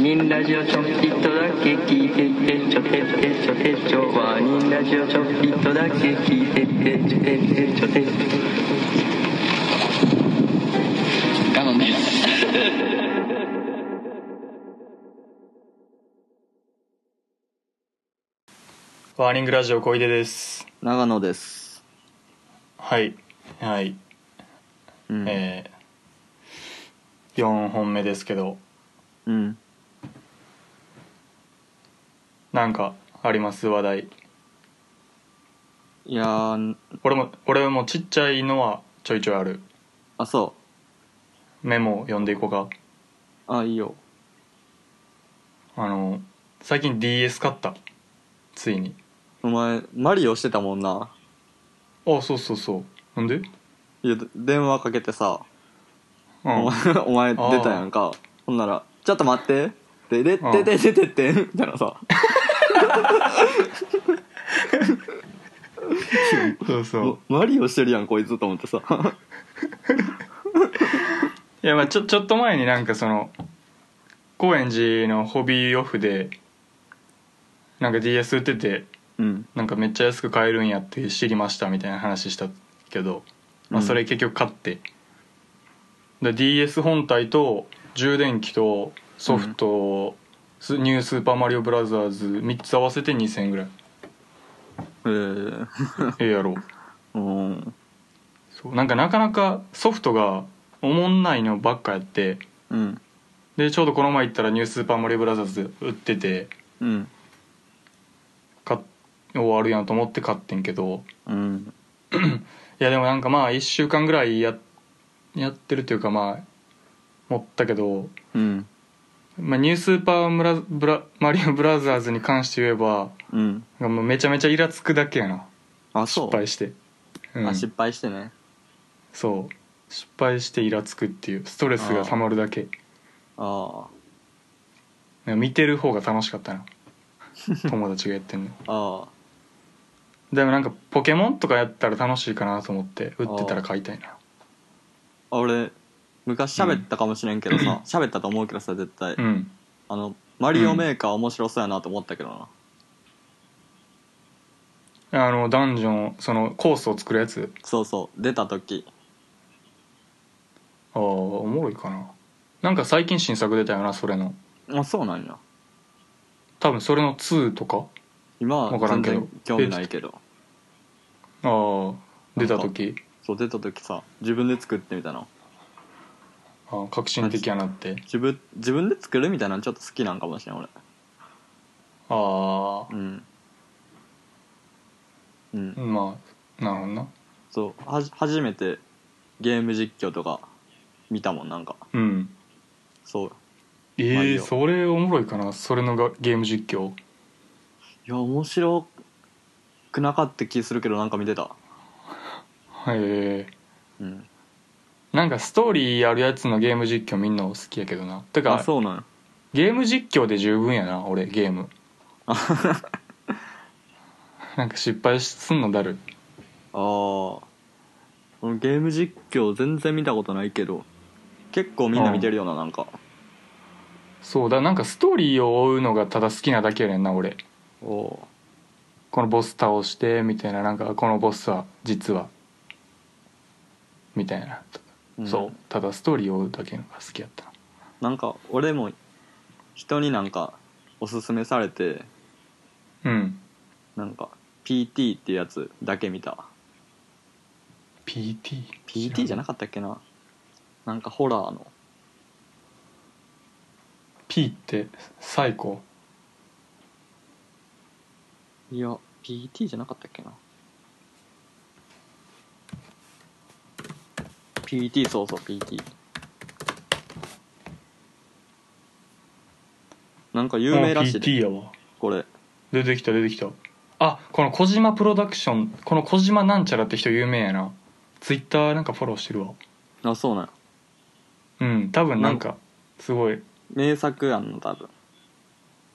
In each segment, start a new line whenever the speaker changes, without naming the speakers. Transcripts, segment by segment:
ニンラジオちょっぴっとだけ聞いてってちょてってちょてちょワニンラジオちょっぴっとだけ聞いてってちょてってちょてっ
ガノンです。
ワーニングラジオ小出です
長野です、
はいはい、
うん
えー、4本目ですけど
うん
なんかあります話題
いやー
俺も俺もちっちゃいのはちょいちょいある
あそ
メモを読んでいこうか
うあいいよ
あの最近 DS 買ったついに
お前マリオしてたもんな
あそうそうそうなんで
いやで電話かけてさ、
うん
お前 お前出たやんかほんなら「ちょっと待って」でで
うん
でででででみたいなさ
そうそう
おマリオしてるやんこいつと思ってさ
いやまあちょちょっと前になんかその高円寺のホビーオフでなんか DS 売ってて
うん
なんかめっちゃ安く買えるんやって知りましたみたいな話したけど、まあ、
うん
それ結局買って、で DS 本体と充電器とソフト、スニュースーパーマリオブラザーズ3つ合わせて2000円ぐらい
えー、
ええやろ
うん
そうなんかなかなかソフトがおもんないのばっかやって
うん
でちょうどこの前行ったらニュースーパーマリオブラザーズ売ってて
うん
買っ終わるやんと思って買ってんけど
うん
いやでもなんかまあ1週間ぐらいややってるというかまあ持ったけど、
うん
まあ、ニュースーパームラブラマリオブラザーズに関して言えば
うん
なんかもうめちゃめちゃイラつくだけやな
あそう
失敗して、うん
あ失敗してね
そう失敗してイラつくっていうストレスがたまるだけ
あ
なんか見てる方が楽しかったな友達がやってんの
あああ
でもなんかポケモンとかやったら楽しいかなと思って売ってたら買いたいな
あ俺昔喋ったかもしれんけどさ 喋ったと思うけどさ絶対
うん
あのマリオメーカー面白そうやなと思ったけどな、
あのダンジョンそのコースを作るやつ
そうそう出た時
ああおもろいかななんか最近新作出たよなそれの
あそうなんや
多分それの2とか
今
わか
は
らん
全
けど
然興味ないけど
ああ出た時
そう出た時さ自分で作ってみたの
あー革新的やなって
自分自分で作るみたいなのちょっと好きなんかもしれん俺
あ
うんうん
あまあなるほどな
そうはじ初めてゲーム実況とか見たもんなんか
うん
そう
ええ
マリオ
それおもろいかなそれのがゲーム実況
いや面白くなかった気するけどなんか見てた
へえ
うん
なんかストーリーあるやつのゲーム実況みんな好きやけどなて
あ
か
そうなんや
ゲーム実況で十分やな俺ゲー ムなんか失敗すんのだる
あー俺ゲーム実況全然見たことないけど結構みんな見てるよななんか
そうだなんかストーリーを追うのがただ好きなだけやねんな俺
おー
このボス倒してみたいななんかこのボスは実はみたいな、
ん
そうただストーリーを追うだけのが好きやったな
なんか俺も人になんかおすすめされて
うん
なんか PT っていうやつだけ見た
PT
PT じゃなかったっけななんかホラーの
P って最高
いや PT じゃなかったっけな PT そうそう PT なんか有名らしいで
PT やわ
これ
出てきた出てきたあこの小島プロダクションこの小島なんちゃらって人有名やなツイッターなんかフォローしてるわ
あそうなんや
うん多分なんかすごい
名作やんの多分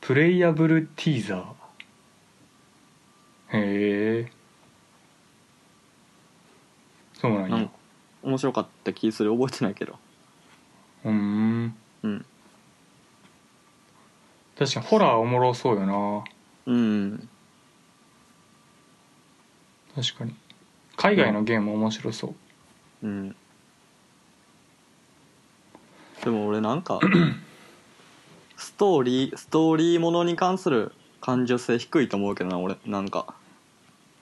プレイアブルティーザーへえそうなんや
なんか面白かった気する覚えてないけど
うーん
うん
確かにホラーおもろそうよな
うん
確かに海外のゲーム面白そう、
うんでも俺なんかストーリーストーリーものに関する感受性低いと思うけどな俺なんか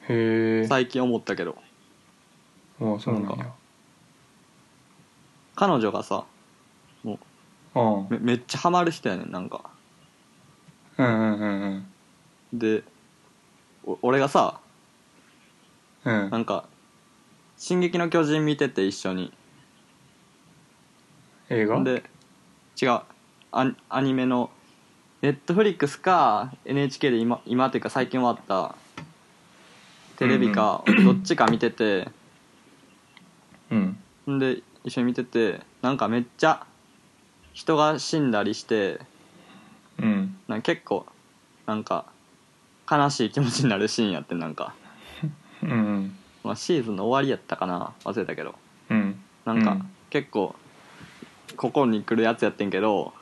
へえ
最近思ったけど
あそうなん
なん
や
彼女がさ
うん
めめっちゃハマる人やねんなんか
うんうんうん
でお俺がさ
うんう
なんんか「進撃の巨人」見てて一緒に
映画
で違うアアニメのネットフリックスか NHK で今今っていうか最近終わったテレビか、どっちか見てて
うん
んで一緒に見ててなんかめっちゃ人が死んだりして
うん
なんか結構なんか悲しい気持ちになるシーンやってんなんか、
うん
まあ、シーズンの終わりやったかな忘れたけど
うん
なん
う
か
ん
結構心に来るやつやってんけど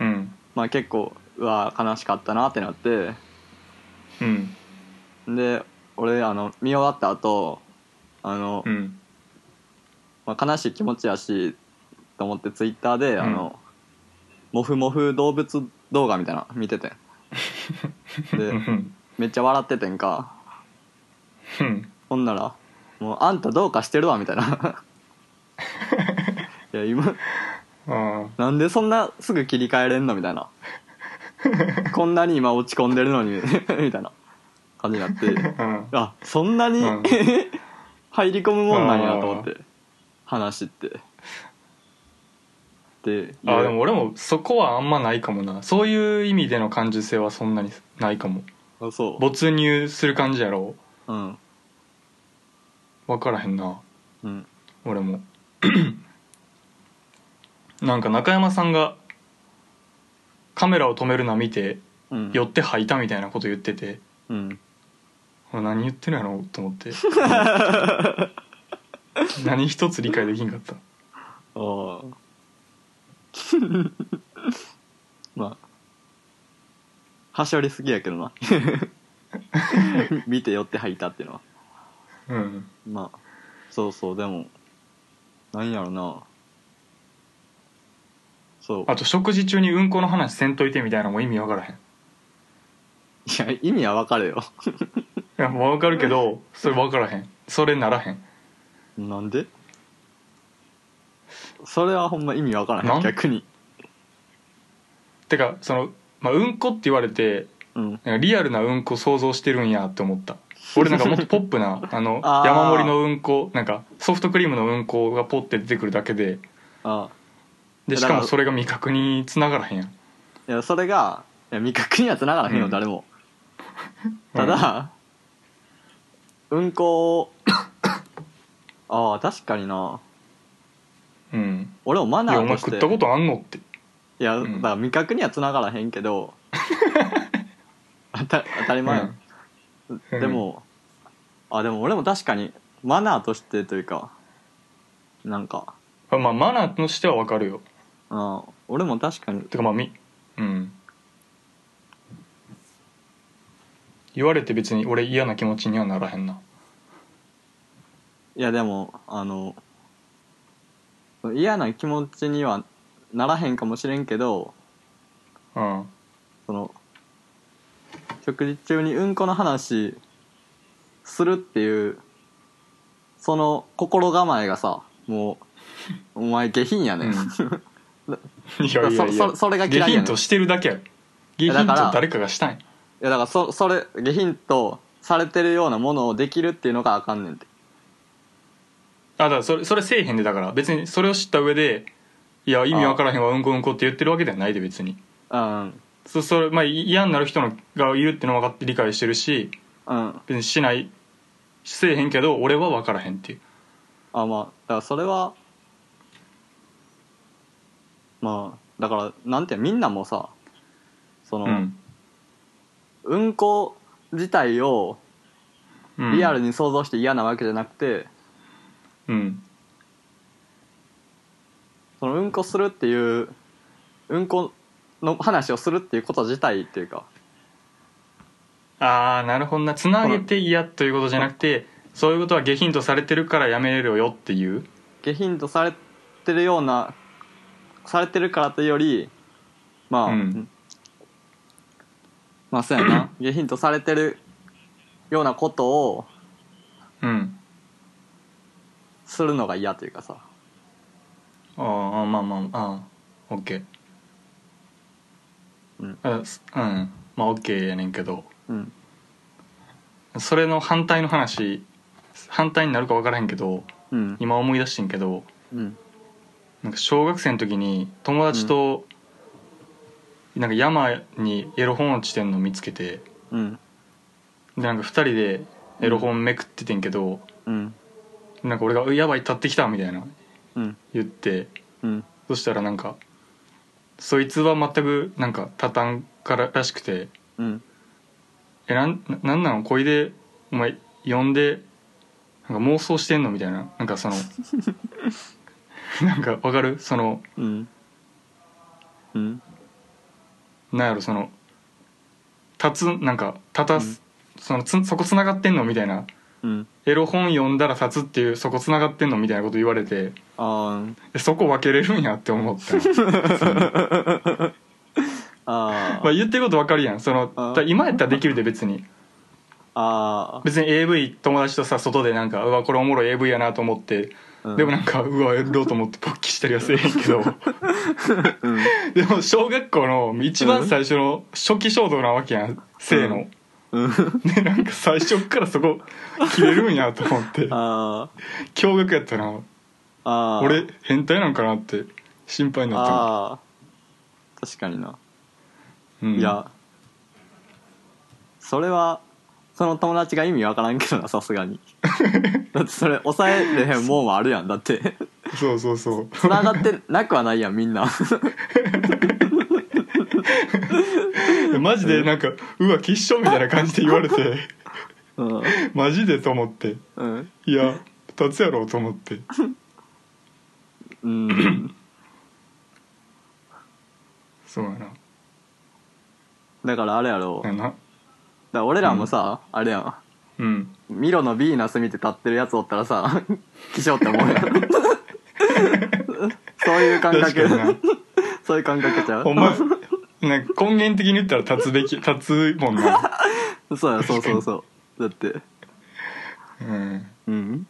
うん
まあ結構うわー悲しかったなってなって
うん
で俺あの見終わった後あの、
うん
まあ、悲しい気持ちやしと思ってツイッターで、
ん
あのモフモフ動物動画みたいなの見ててん
う
で
ん
めっちゃ笑っててんか
うん
ほんなら「もうあんたどうかしてるわ」みた いないや今
あ
なんでそんなすぐ切り替えれんのみたいなこんなに今落ち込んでるのにみたいな感じになって
あうん
あそんなに、
うん
入り込むもんなんやと思って話ってで
あでも俺もそこはあんまないかもなそういう意味での感受性はそんなにないかも
あそ
没入する感じやろ
ううん
分からへんな
うん
俺もなんか中山さんがカメラを止めるな見て
うん
寄って吐いたみたいなこと言ってて
うん
あ何言ってるやろと思って何一つ理解できんかった
ああ まあはしょりすぎやけどな 見て寄って吐いたっていうのは
うん
まあそうそうでもなんやろなそう
あと食事中にうんこの話せんといてみたいなのも意味分からへんい
いや意味は分かるよ
や分かるけどそれ分からへんそれならへん
なんでそれはほんま意味わから
な
なんい逆に
てかその、まあ、うんこって言われて
うん
なんかリアルなうんこ想像してるんやって思った俺なんかもっとポップ なあの
あー
山盛りのうんこなんかソフトクリームのうんこがポッて出てくるだけで
あ
で
だ
し
から
かもそれが味覚につながらへんやん
いやそれがいや味覚にはつながらへんよ、
うん
誰もただ、うんこをああ確かにな
うん
俺もマ
い
ナ
やお
ー
前
として
食ったことあんのって
いや、
うん
だから味覚にはつながらへん けど当た当たり前やん、
うん
でもあでも俺も確かにマナーとしてというかなんか、
あまあマナーとしては分かるよ
うん、俺も確かに
てかまあみうん言われて別に俺嫌な気持ちにはならへんない
やでもあの嫌な気持ちにはならへんかもしれんけど
うん
その食事中にうんこの話するっていうその心構えがさもう お前下品やね、
うん
ん、
いやいやいや
そそそれが嫌いやね
下品としてるだけやろ下
だ
品
か
と
ら
誰かがしたい
いやだからそそれ下品とされてるようなものをできるっていうのがあかんねんて
あだからそれそれせえへんでだから別にそれを知った上でいや意味わからへんわうんこうんこって言ってるわけではないで別に
うん
そそれまあい嫌になる人のがいるってのは分かって理解してるし
うん
別にしないせえへんけど俺は分からへんっていう
あまあだからそれはまあだからなんていうのみんなもさその、
うん、
うんこ自体を
うん、
リアルに想像して嫌なわけじゃなくて、
うん
そのうんこするっていううんこの話をするっていうこと自体っていうか
ああなるほどなつなげて嫌ということじゃなくてそういうことは下品とされてるからやめろよっていう
下品とされてるようなされてるからというよりまあ、
うん
まあそうやな下品とされてるようなことを
うん
するのが嫌というかさ
あーあまあまああーオッケー
うん
あすうんまあオッケーやねんけど
うん
それの反対の話反対になるか分からへんけど
うん
今思い出してんけど
うん
なんか小学生の時に友達と、なんか山にエロ本落ちてんの見つけて
うん
でなんか2人でエロ本めくっててんけど、
うん
なんか俺がう「やばい立ってきた」みたいな
うん
言って
うん
そしたらなんかそいつは全くなんか立たんかららしくて
うん
「えなんななんなのこいでお前呼んでなんか妄想してんの?」みたいななんかその なんかわかるその
うんうん
なんやろその立つなんか立たす、そのつそこつながってんのみたいな
うん
エロ本読んだら立つっていうそこつながってんのみたいなこと言われて
あー
えそこ分けれるんやって思ったの
あ
まあ
ー
言ってること分かるやんその
あ
だ今やったらできるで別に
あ
別に AV 友達とさ外でなんかうわこれおもろい AV やなと思って、
ーうん
でもなんかうわやろうと思ってポッキしたりはせえへんけ ど
うん
でも小学校の一番最初の初期衝動なわけやん性の、
うん
でなんか最初っからそこ切れるんやと思って
あー
驚愕やったな
あー
俺変態なんかなって心配になったな
ああ確かにな、
うん
いやそれはその友達が意味わからんけどなさす がにだってそれ抑えれへんもんはあるやんだって
そうそうそう
つながってなくはないやんみ んな
マジでなんか「うわ吉祥」みたいな感じで言われて
うん、
マジでと思って
うん
いや立つやろうと思って
うん、
そうやな
だからあれやろだ
や
か
な
ら俺らもさ、あれやん
うん
ミロのヴィーナス見て立ってるやつおったらさ 気象って思 うやんそういう感
確か
覚
にな
そういう感覚ちゃう
お前なんか根源的に言ったら立つべき立つもんな
そうやそうそうそうだって
うん
うん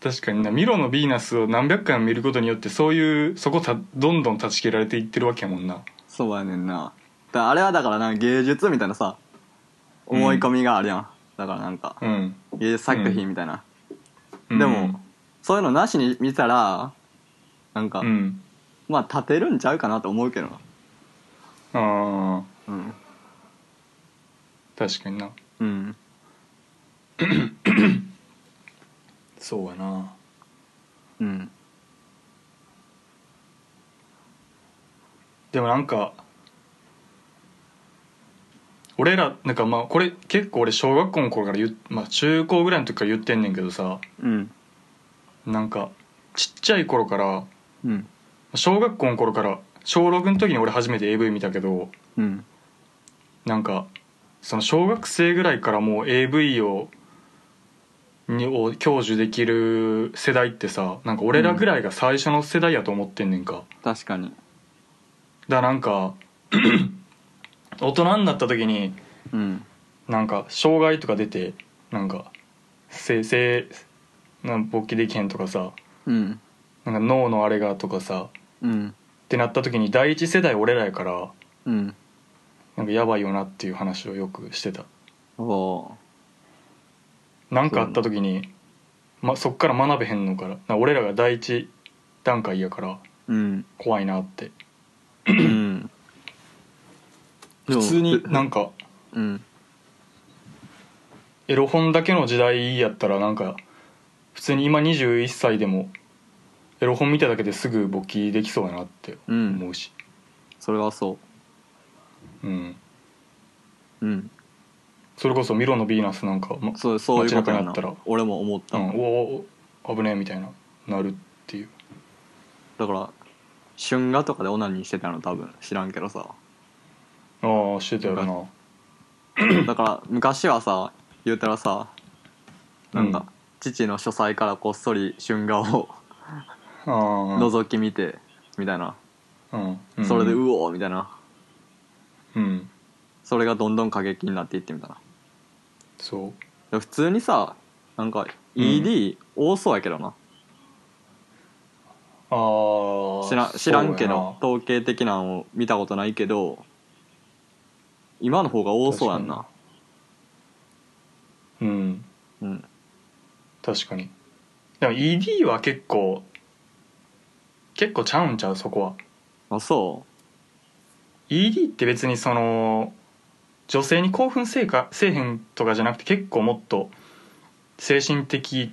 確かになミロのヴィーナスを何百回も見ることによってそういうそこたどんどん断ち切られていってるわけやもんな
そうやねんなだからあれはだからな芸術みたいなさ
うん
思い込みがあるやん、だからなんか
うん
芸術作品みたいな、
うん
でもそういうのなしに見たらなんか、
うん
まあ立てるんちゃうかなと思うけどな
ああ
うん
確かにな
うん
そうやな
うん
でもなんか俺らなんかまあこれ結構俺小学校の頃から言う、まあ、中高ぐらいの時から言ってんねんけどさ
うん
なんかちっちゃい頃から
うん
小学校の頃から小6の時に俺初めて AV 見たけど
うん
なんかその小学生ぐらいからもう AV をにを享受できる世代ってさなんか俺らぐらいが最初の世代やと思ってんねんか、
確かに
だからなんか大人になった時に
うん
なんか障害とか出てなんか生生なんか勃起できへんとかさ
うん
なんか脳のあれがとかさ
うん
ってなった時に第一世代俺らやから
うん
なんかやばいよなっていう話をよくしてた
おお
なんかあった時に、ま、そっから学べへんのからなんか俺らが第一段階やから
ーうん
怖いなって
うん
普通に
でも
なんか
うん
エロ本だけの時代やったらなんか普通に今21歳でもエロ本見ただけですぐ勃起できそうやなって思うし、
それはそ
うん、
ううん
それこそミロのヴィーナスなんか、ま
そうそういうこと
街中
や
にあ
な
ったら
俺も思っ
う
た、
ん、おお危ねえみたいななるっていう
だから春画とかでオナニーしてたの多分知らんけどさ
ああしてたよな
だから昔はさ言うたらさなんか、
うん
父の書斎からこっそり春画を
ああ
覗き見てみたいな、
うん、うん、
それでうおーみたいな
うん
それがどんどん過激になっていってみたいな
そう
でも普通にさなんか ED 多そうやけどな、
ああ
知ら知らんけど統計的なのを見たことないけど今の方が多そうやんな
うん
うん
確かにでも ED は結構結構ちゃうんちゃうそこは
あそ
ED って別にその女性に興奮せえかせえへんとかじゃなくて結構もっと精神的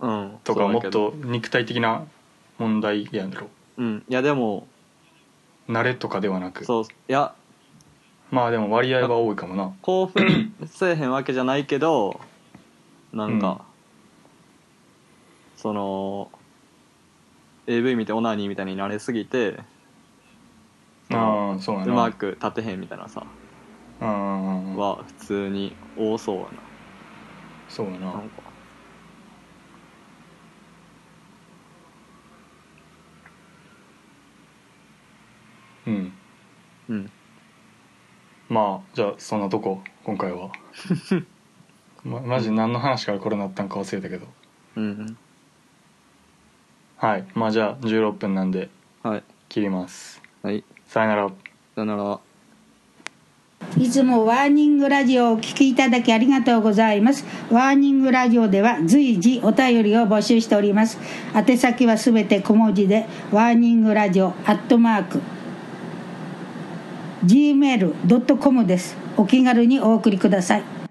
ううん
とか
そう
も
だ
っ
けど
と肉体的な問題やろ
うんいやでも
慣れとかではなく
そういや
まあでも割合は多いかもな
興奮せえへんわけじゃないけどなんか、
うん
その AV 見てオナニーみたいになれすぎて
ああそうや
う
な
まく立てへんみたいなさ
うん
は普通に多そうや
そうや
なな
なん
か
うん
うん
まあじゃあそんなとこ今回 はまマジ何の話からこれなったんか忘れたけど
うん
はいまあじゃあ16分なんで
うんはい
切ります
はい
さよなら
さよなら
いつもワーニングラジオをお聞きいただきありがとうございます。ワーニングラジオでは随時お便りを募集しております。宛先はすべて小文字で、ワーニングラジオアットマーク、gmail.com です。お気軽にお送りください。